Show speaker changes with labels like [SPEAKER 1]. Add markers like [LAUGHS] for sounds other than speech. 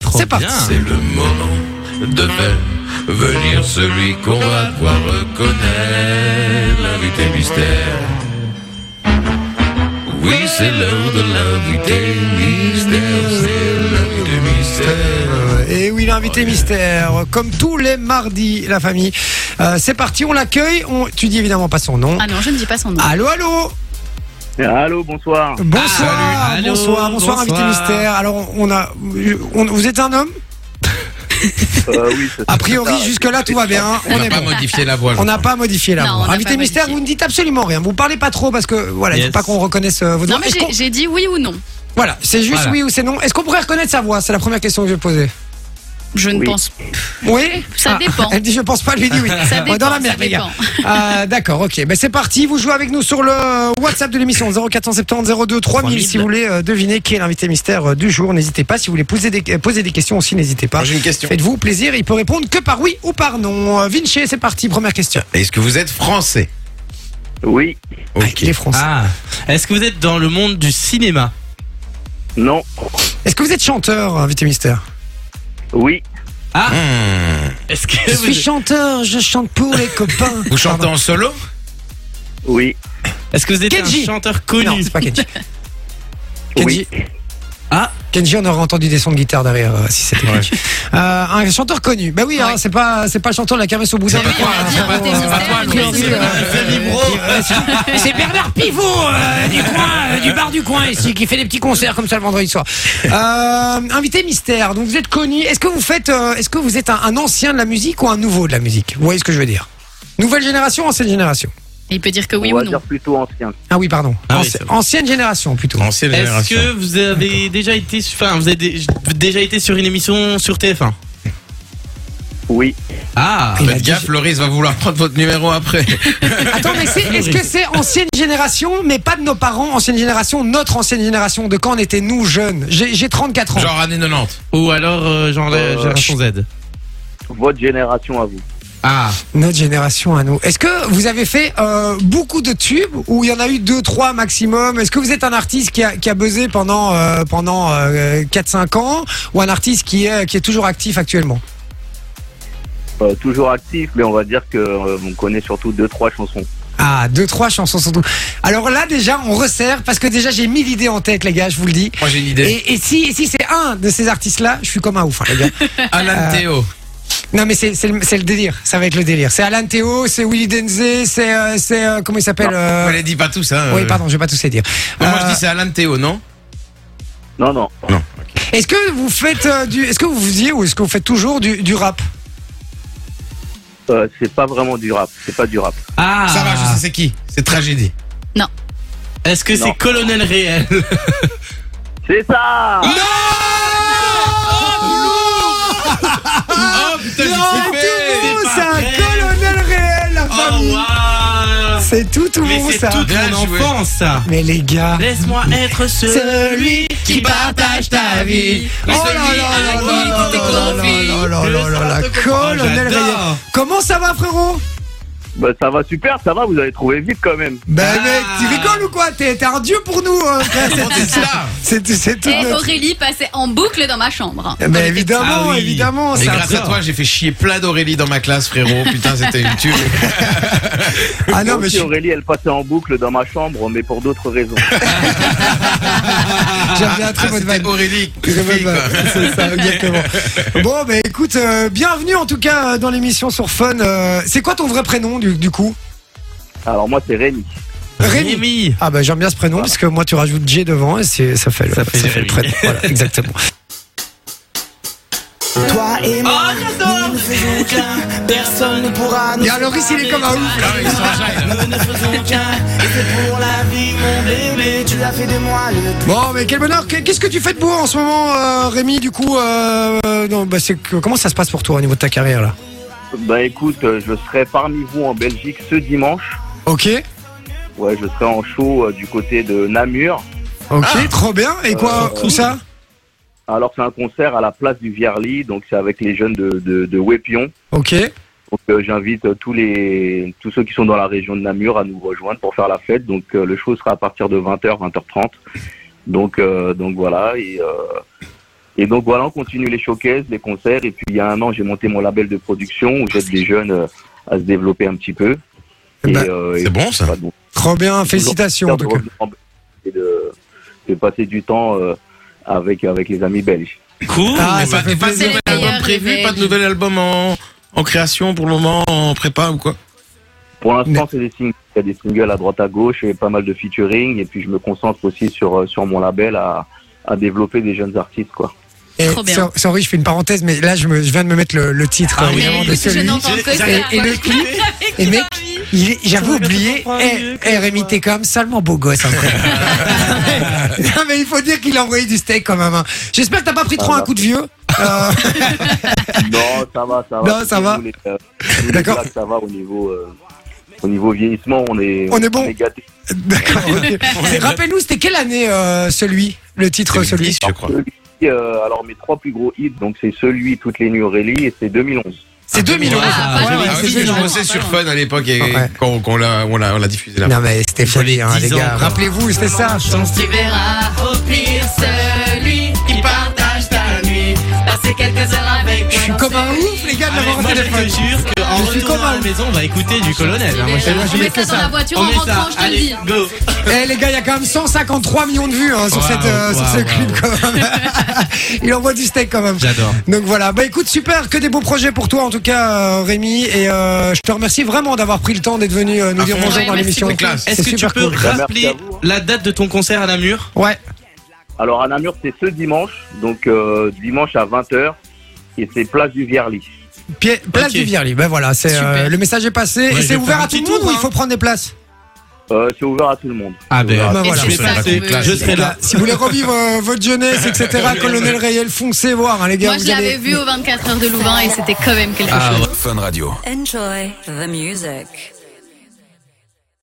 [SPEAKER 1] Trop
[SPEAKER 2] C'est parti.
[SPEAKER 1] bien.
[SPEAKER 3] C'est le moment de faire venir celui qu'on va devoir reconnaître, l'invité mystère. Oui, c'est l'heure de l'invité mystère, c'est l'invité mystère.
[SPEAKER 2] Et oui,
[SPEAKER 1] Oh,
[SPEAKER 2] l'invité mystère, comme tous les mardis, la famille. Euh, c'est parti, on l'accueille. On... Tu dis évidemment pas son nom.
[SPEAKER 4] Ah non, je ne dis pas son nom.
[SPEAKER 2] Allô, allô
[SPEAKER 5] Allô, bonsoir.
[SPEAKER 2] [LAUGHS] Bonsoir,
[SPEAKER 1] Ah, salut. Allô,
[SPEAKER 2] bonsoir, bonsoir,
[SPEAKER 1] bonsoir.
[SPEAKER 2] invité mystère. Alors, on a, on- vous êtes un homme
[SPEAKER 5] Euh, oui, c'est-
[SPEAKER 2] A priori,
[SPEAKER 5] c'est ça.
[SPEAKER 2] jusque-là, tout va bien.
[SPEAKER 3] On
[SPEAKER 2] On
[SPEAKER 3] n'a
[SPEAKER 2] est
[SPEAKER 3] pas
[SPEAKER 2] bon.
[SPEAKER 3] modifié la voix. je
[SPEAKER 2] On n'a pas modifié la
[SPEAKER 4] Non,
[SPEAKER 2] voix.
[SPEAKER 4] on n'a
[SPEAKER 2] Invité
[SPEAKER 4] pas
[SPEAKER 2] mystère,
[SPEAKER 4] modifié.
[SPEAKER 2] vous ne dites absolument rien. Vous parlez pas trop parce que voilà, il
[SPEAKER 1] Yes.
[SPEAKER 2] faut pas qu'on reconnaisse euh, votre
[SPEAKER 4] Non,
[SPEAKER 2] voix.
[SPEAKER 4] mais
[SPEAKER 2] Est-ce
[SPEAKER 4] j'ai-
[SPEAKER 2] qu'on-
[SPEAKER 4] j'ai dit oui ou non.
[SPEAKER 2] Voilà, c'est juste
[SPEAKER 1] Voilà.
[SPEAKER 2] oui ou c'est non. Est-ce qu'on pourrait reconnaître sa voix C'est la première question que je vais poser.
[SPEAKER 4] Je ne
[SPEAKER 5] Oui.
[SPEAKER 4] pense
[SPEAKER 2] Oui. Ah.
[SPEAKER 4] Ça dépend.
[SPEAKER 2] Elle dit je pense pas. Lui dit oui.
[SPEAKER 4] Ça
[SPEAKER 2] On est dans la
[SPEAKER 4] dépend,
[SPEAKER 2] merde,
[SPEAKER 4] ça
[SPEAKER 2] les gars. Ah, D'accord, ok. Ben c'est parti. Vous jouez avec nous sur le WhatsApp de l'émission 0470 02 3000 si vous voulez euh, deviner qui est l'invité mystère euh, du jour. N'hésitez pas. Si vous voulez poser des, euh, poser des questions aussi, n'hésitez pas.
[SPEAKER 6] Moi, j'ai une question.
[SPEAKER 2] Faites-vous plaisir. Il peut répondre que par oui ou par non. Euh, Vinci, c'est parti. Première question.
[SPEAKER 6] Est-ce que vous êtes français
[SPEAKER 5] Oui,
[SPEAKER 6] Ok.
[SPEAKER 2] Les Français.
[SPEAKER 1] Ah. Est-ce que vous êtes dans le monde du cinéma
[SPEAKER 5] non,
[SPEAKER 2] Est-ce que vous êtes chanteur, invité mystère
[SPEAKER 5] oui,
[SPEAKER 6] Hmm.
[SPEAKER 1] Est-ce que
[SPEAKER 2] Je
[SPEAKER 1] vous
[SPEAKER 2] suis
[SPEAKER 1] êtes-
[SPEAKER 2] chanteur, je chante pour les copains.
[SPEAKER 6] Vous chantez en solo
[SPEAKER 5] oui,
[SPEAKER 1] Est-ce que vous êtes
[SPEAKER 2] Kenji.
[SPEAKER 1] un chanteur
[SPEAKER 2] Pardon. Non,
[SPEAKER 1] connu
[SPEAKER 2] c'est pas Kenji.
[SPEAKER 5] oui,
[SPEAKER 2] Kenji.
[SPEAKER 1] Ah.
[SPEAKER 2] Kenji, on aurait entendu des sons de guitare derrière euh, si c'était Kenji. Euh, un chanteur connu. Ben oui, hein,
[SPEAKER 4] Ouais.
[SPEAKER 2] c'est pas c'est pas le chanteur de la kermesse au bout
[SPEAKER 4] pas toi, hein, c'est pas- c'est pas toi, Louis, c'est pas
[SPEAKER 2] euh, C'est Bernard Pivot euh, du coin, euh, du bar du coin ici, qui fait des petits concerts comme ça le vendredi soir. Euh, invité mystère. Donc vous êtes connu. Est-ce que vous faites euh, Est-ce que vous êtes un, un ancien de la musique ou un nouveau de la musique Vous voyez ce que je veux dire Nouvelle génération, ancienne génération.
[SPEAKER 4] Il peut dire que oui
[SPEAKER 5] on
[SPEAKER 4] ou
[SPEAKER 5] va
[SPEAKER 4] non.
[SPEAKER 5] dire plutôt ancien.
[SPEAKER 2] Ah oui, pardon.
[SPEAKER 1] Ah oui,
[SPEAKER 2] Anci-
[SPEAKER 1] c'est vrai.
[SPEAKER 2] ancienne génération plutôt.
[SPEAKER 6] Ancienne
[SPEAKER 1] Est-ce
[SPEAKER 6] génération.
[SPEAKER 1] que vous avez déjà été, enfin, vous avez dé- déjà été sur une émission sur TF1
[SPEAKER 5] Oui,
[SPEAKER 1] Ah.
[SPEAKER 2] Il a
[SPEAKER 6] Faites
[SPEAKER 2] dit-
[SPEAKER 6] gaffe, Loris va vouloir prendre votre numéro après.
[SPEAKER 2] Attends, mais c'est- est-ce que c'est ancienne génération, mais pas de nos parents, ancienne génération, notre ancienne génération, de quand on était nous jeunes J'ai j'ai 34 ans.
[SPEAKER 6] Genre années 90.
[SPEAKER 1] Ou alors euh, genre la
[SPEAKER 5] Euh,
[SPEAKER 1] génération Z.
[SPEAKER 5] votre génération à vous.
[SPEAKER 6] Ah,
[SPEAKER 2] Notre génération à nous. Est-ce que vous avez fait euh, beaucoup de tubes ou il y en a eu 2 3 maximum Est-ce que vous êtes un artiste qui a, qui a buzzé pendant euh, pendant euh, 4 5 ans ou un artiste qui est qui est toujours actif actuellement
[SPEAKER 5] Euh, toujours actif, mais on va dire que euh, on connaît surtout deux trois chansons.
[SPEAKER 2] Ah, 2 3 chansons surtout. Alors là déjà, on resserre parce que déjà j'ai mille idées en tête les gars, je vous le dis.
[SPEAKER 6] moi j'ai une idée.
[SPEAKER 2] Et, et si et si c'est un de ces artistes là, je suis comme un ouf hein, les gars.
[SPEAKER 6] Alan
[SPEAKER 2] Euh,
[SPEAKER 6] Théo.
[SPEAKER 2] Non mais c'est c'est le, c'est le délire, ça va être le délire. C'est Alan Théo, c'est Willy Denze, c'est euh, c'est euh, comment il s'appelle euh,
[SPEAKER 6] On les dit pas tous, hein.
[SPEAKER 2] Oui
[SPEAKER 6] euh.
[SPEAKER 2] pardon, je vais pas tous les dire.
[SPEAKER 6] Non, Moi je
[SPEAKER 2] Euh,
[SPEAKER 6] dis c'est Alan Théo, non
[SPEAKER 5] Non, non,
[SPEAKER 2] Est-ce que vous faites euh, du est-ce que vous faisiez ou est-ce que vous faites toujours du, du rap
[SPEAKER 5] euh, c'est pas vraiment du rap, c'est pas du rap.
[SPEAKER 1] Ah.
[SPEAKER 6] Ça va, je sais c'est qui. C'est tragédie.
[SPEAKER 1] Est-ce que c'est
[SPEAKER 5] Non.
[SPEAKER 1] Colonel Réel
[SPEAKER 5] C'est ça
[SPEAKER 6] Ah, Oh putain,
[SPEAKER 2] Non,
[SPEAKER 6] j'ai
[SPEAKER 2] tout
[SPEAKER 6] kiffé
[SPEAKER 2] bon,
[SPEAKER 1] pas
[SPEAKER 2] c'est un
[SPEAKER 1] vrai.
[SPEAKER 2] colonel réel la
[SPEAKER 1] Oh
[SPEAKER 2] famille.
[SPEAKER 1] waouh
[SPEAKER 2] C'est tout tout
[SPEAKER 1] Mais
[SPEAKER 2] bon
[SPEAKER 1] c'est
[SPEAKER 2] ça.
[SPEAKER 1] toute
[SPEAKER 6] Bien
[SPEAKER 1] mon
[SPEAKER 6] joué.
[SPEAKER 1] enfance ça.
[SPEAKER 2] Mais les gars,
[SPEAKER 1] Laisse-moi être celui qui partage ta vie.
[SPEAKER 2] Oh là
[SPEAKER 1] Celui
[SPEAKER 2] là là
[SPEAKER 1] à qui
[SPEAKER 2] là
[SPEAKER 1] tu t'es
[SPEAKER 2] là
[SPEAKER 1] confié.
[SPEAKER 2] là là
[SPEAKER 1] Le
[SPEAKER 2] là là là, Oh,
[SPEAKER 1] centre de commande.
[SPEAKER 2] Colonel
[SPEAKER 1] J'adore.
[SPEAKER 2] Réel. comment ça va frérot
[SPEAKER 5] Bah, Ça va super, ça va, vous avez trouvé vite quand même.
[SPEAKER 2] Ben
[SPEAKER 1] Ah.
[SPEAKER 2] mec, tu rigoles ou quoi T'es t'es un dieu pour nous. euh, [LAUGHS] frère, c'est-
[SPEAKER 6] On est là
[SPEAKER 2] C'est c'est tout.
[SPEAKER 4] Et
[SPEAKER 2] notre-
[SPEAKER 4] Eh,
[SPEAKER 2] Eh,
[SPEAKER 4] Aurélie passait en boucle dans ma chambre. Quand
[SPEAKER 2] Mais
[SPEAKER 4] j'étais
[SPEAKER 2] évidemment,
[SPEAKER 1] Ah oui.
[SPEAKER 2] évidemment,
[SPEAKER 6] Et
[SPEAKER 2] c'est un
[SPEAKER 6] grâce à
[SPEAKER 1] sort.
[SPEAKER 6] toi, j'ai fait chier plein d'Aurélie dans ma classe, frérot. Putain, c'était
[SPEAKER 2] [LAUGHS]
[SPEAKER 6] une tuerie.
[SPEAKER 2] Ah non, mais
[SPEAKER 5] Aussi,
[SPEAKER 2] je-
[SPEAKER 5] Aurélie, elle passait en boucle dans ma chambre, mais pour d'autres
[SPEAKER 2] [LAUGHS]
[SPEAKER 5] raisons.
[SPEAKER 2] j'aime bien
[SPEAKER 6] Ah,
[SPEAKER 2] très bonne
[SPEAKER 6] c'était
[SPEAKER 2] vanne.
[SPEAKER 6] Aurélie.
[SPEAKER 2] Très bonne
[SPEAKER 6] fille, quoi.
[SPEAKER 2] vanne. C'est ça, exactement. Bon, bah écoute, euh, bienvenue en tout cas euh, dans l'émission sur Fun. Euh, c'est quoi ton vrai prénom du, du coup
[SPEAKER 5] Alors moi, c'est Rémi.
[SPEAKER 2] Rémi.
[SPEAKER 1] Rémi.
[SPEAKER 2] Ah bah j'aime bien ce prénom parce que moi tu rajoutes J devant et c'est- ça fait le,
[SPEAKER 1] Ça fait
[SPEAKER 2] le
[SPEAKER 1] Jérémy.
[SPEAKER 2] prénom. Voilà, exactement.
[SPEAKER 7] Toi et
[SPEAKER 1] Oh,
[SPEAKER 7] moi,
[SPEAKER 1] j'adore
[SPEAKER 7] nous ne faisons qu'un, personne ne pourra nous.
[SPEAKER 2] Et alors ici il est comme un ouf.
[SPEAKER 6] Ah, ils sont jeunes.
[SPEAKER 7] Nous ne faisons qu'un, et c'est pour la vie, mon bébé. Tu as fait de moi le
[SPEAKER 2] Bon, mais quel bonheur. Qu- Qu'est-ce que tu fais de beau en ce moment, euh, Rémi Du coup, euh, non, bah, c'est que- comment ça se passe pour toi au niveau de ta carrière là
[SPEAKER 5] Bah écoute, euh, je serai parmi vous en Belgique ce dimanche.
[SPEAKER 2] Ok,
[SPEAKER 5] Ouais, je serai en show euh, du côté de Namur.
[SPEAKER 2] ok, trop bien. Et quoi,
[SPEAKER 5] Euh,
[SPEAKER 2] où ça
[SPEAKER 5] Alors c'est un concert à la place du Vierly, donc c'est avec les jeunes de, de, de Wépion.
[SPEAKER 2] Ok.
[SPEAKER 5] Donc euh, j'invite euh, tous les tous ceux qui sont dans la région de Namur à nous rejoindre pour faire la fête. Donc euh, le show sera à partir de 20h, 20h30. Donc euh, donc voilà et euh, Et donc voilà, on continue les showcases, les concerts. Et puis il y a un an, j'ai monté mon label de production où j'aide des jeunes euh, à se développer un petit peu. Et,
[SPEAKER 2] Bah,
[SPEAKER 5] euh, et
[SPEAKER 6] C'est bon ça
[SPEAKER 5] pas de-
[SPEAKER 2] Trop bien, félicitations en tout cas.
[SPEAKER 5] Et de, de passer du temps euh, avec, avec les amis belges.
[SPEAKER 1] Cool.
[SPEAKER 2] Ah,
[SPEAKER 6] Mais
[SPEAKER 2] ça
[SPEAKER 6] pas,
[SPEAKER 2] fait
[SPEAKER 6] et pas de
[SPEAKER 4] plaisir.
[SPEAKER 6] nouvel
[SPEAKER 4] C'est les
[SPEAKER 6] album
[SPEAKER 4] meilleurs
[SPEAKER 6] prévu,
[SPEAKER 4] réveils.
[SPEAKER 6] pas de nouvel album en, en création pour le moment, en prépa ou quoi
[SPEAKER 5] Pour l'instant, c'est des singles. Il y a des singles à droite à gauche et pas mal de featuring. Et puis je me concentre aussi sur, euh, sur mon label à, à développer des jeunes artistes. quoi.
[SPEAKER 2] Et
[SPEAKER 4] Trop bien.
[SPEAKER 2] so- Sorry, je fais une parenthèse, mais là, je, me, je viens de me mettre le, le titre
[SPEAKER 6] Ah
[SPEAKER 2] euh,
[SPEAKER 6] oui,
[SPEAKER 2] évidemment
[SPEAKER 4] Mais
[SPEAKER 2] de
[SPEAKER 4] écoute, je
[SPEAKER 2] celui.
[SPEAKER 4] n'entends que ça.
[SPEAKER 2] Et, et
[SPEAKER 4] moi.
[SPEAKER 2] le clip, et mec, il est- j'avoue oublié. Eh, eh, Rémi, t'es quand même salement beau gosse. hein, frère. non, mais il faut dire qu'il a envoyé du steak quand même. hein. J'espère que t'as pas pris trop un coup de vieux. Euh,
[SPEAKER 5] Non, ça va, ça va.
[SPEAKER 2] Non, ça va.
[SPEAKER 5] Nous, les, euh, nous, les
[SPEAKER 2] D'accord.
[SPEAKER 5] blacks, Ça va au niveau, euh, au niveau vieillissement. On est,
[SPEAKER 2] On est bon.
[SPEAKER 5] gâtés.
[SPEAKER 2] D'accord. [LAUGHS] ok. C'est- Rappelle-nous, c'était quelle année euh, celui Le titre, celui
[SPEAKER 6] 2010, je crois.
[SPEAKER 5] Euh, alors mes trois plus gros hits, donc c'est celui Toutes les nuits Aurélie et c'est 2011.
[SPEAKER 2] C'est 2011.
[SPEAKER 4] Ah,
[SPEAKER 2] Ouais,
[SPEAKER 4] pas
[SPEAKER 2] ouais,
[SPEAKER 6] Ah
[SPEAKER 2] c'est
[SPEAKER 6] oui,
[SPEAKER 4] c'est
[SPEAKER 6] je
[SPEAKER 4] énorme.
[SPEAKER 6] bossais sur Fun à l'époque et
[SPEAKER 2] Ouais.
[SPEAKER 6] quand, quand on l'a on l'a- on l'a diffusé là.
[SPEAKER 2] Non, mais c'était folie, hein,
[SPEAKER 1] J'avais
[SPEAKER 2] les
[SPEAKER 1] 10 ans,
[SPEAKER 2] gars.
[SPEAKER 1] quoi.
[SPEAKER 2] Rappelez-vous, c'était ça.
[SPEAKER 7] Tu verras au pire celui qui partage ta nuit. Passer quelques heures avec
[SPEAKER 2] Je suis comme un ouf, les gars, de
[SPEAKER 1] Ah, mais
[SPEAKER 2] l'avoir au
[SPEAKER 1] moi, je te
[SPEAKER 2] téléphone.
[SPEAKER 1] jure qu'en
[SPEAKER 2] Je suis
[SPEAKER 1] retournant
[SPEAKER 2] comme
[SPEAKER 1] à la
[SPEAKER 2] un-
[SPEAKER 1] maison, on va écouter du colonel. hein, moi, je te jure.
[SPEAKER 4] On met ça dans la voiture en
[SPEAKER 1] On met
[SPEAKER 4] rentrant,
[SPEAKER 1] ça.
[SPEAKER 4] je te le
[SPEAKER 1] Allez,
[SPEAKER 4] dis.
[SPEAKER 1] go.
[SPEAKER 2] Eh les gars, il y a quand même 153 millions de vues hein, sur,
[SPEAKER 1] Waouh,
[SPEAKER 2] cette, euh, sur
[SPEAKER 1] waouh,
[SPEAKER 2] ce
[SPEAKER 1] waouh.
[SPEAKER 2] clip quand même. [LAUGHS] il envoie du steak quand même.
[SPEAKER 1] J'adore.
[SPEAKER 2] Donc voilà, bah écoute, super, que des beaux projets pour toi en tout cas euh, Rémi, et euh, je te remercie vraiment d'avoir pris le temps d'être venu
[SPEAKER 1] Ah,
[SPEAKER 2] euh, nous
[SPEAKER 6] À
[SPEAKER 2] dire
[SPEAKER 6] fond.
[SPEAKER 2] bonjour
[SPEAKER 4] Ouais,
[SPEAKER 2] dans
[SPEAKER 4] merci
[SPEAKER 2] l'émission.
[SPEAKER 4] beaucoup.
[SPEAKER 6] Classe.
[SPEAKER 2] C'est
[SPEAKER 1] Est-ce que tu
[SPEAKER 2] super
[SPEAKER 1] peux
[SPEAKER 2] cool.
[SPEAKER 5] Bah, merci à
[SPEAKER 1] rappeler
[SPEAKER 5] vous, hein.
[SPEAKER 1] la date de ton concert à Namur
[SPEAKER 2] Ouais,
[SPEAKER 5] Alors à Namur c'est ce dimanche, donc euh, dimanche à 20h et c'est place du Vierly.
[SPEAKER 2] Pi- place
[SPEAKER 1] Ok.
[SPEAKER 2] du Virli, ben voilà, c'est euh,
[SPEAKER 4] Super.
[SPEAKER 2] le message est passé,
[SPEAKER 1] Ouais,
[SPEAKER 2] et
[SPEAKER 1] je
[SPEAKER 2] c'est
[SPEAKER 1] vais
[SPEAKER 2] ouvert
[SPEAKER 1] faire
[SPEAKER 2] à
[SPEAKER 1] un
[SPEAKER 2] tout le
[SPEAKER 1] petit
[SPEAKER 2] monde
[SPEAKER 1] tour,
[SPEAKER 2] ou il
[SPEAKER 1] hein.
[SPEAKER 2] faut prendre des places
[SPEAKER 5] Euh, c'est ouvert à tout le monde.
[SPEAKER 1] Ah ben,
[SPEAKER 2] Ben
[SPEAKER 4] Et
[SPEAKER 2] voilà.
[SPEAKER 4] c'est ça
[SPEAKER 1] Classe.
[SPEAKER 4] qu'on veut.
[SPEAKER 1] Je serai là.
[SPEAKER 2] Si vous voulez revivre euh, votre
[SPEAKER 1] [LAUGHS]
[SPEAKER 2] jeunesse, etc., Colonel Rayel, foncez voir hein, les gars.
[SPEAKER 4] Moi, je
[SPEAKER 2] vous
[SPEAKER 4] l'avais
[SPEAKER 2] allez...
[SPEAKER 4] vu aux 24 heures de Louvain et c'était quand même quelque chose.
[SPEAKER 8] Enjoy the music.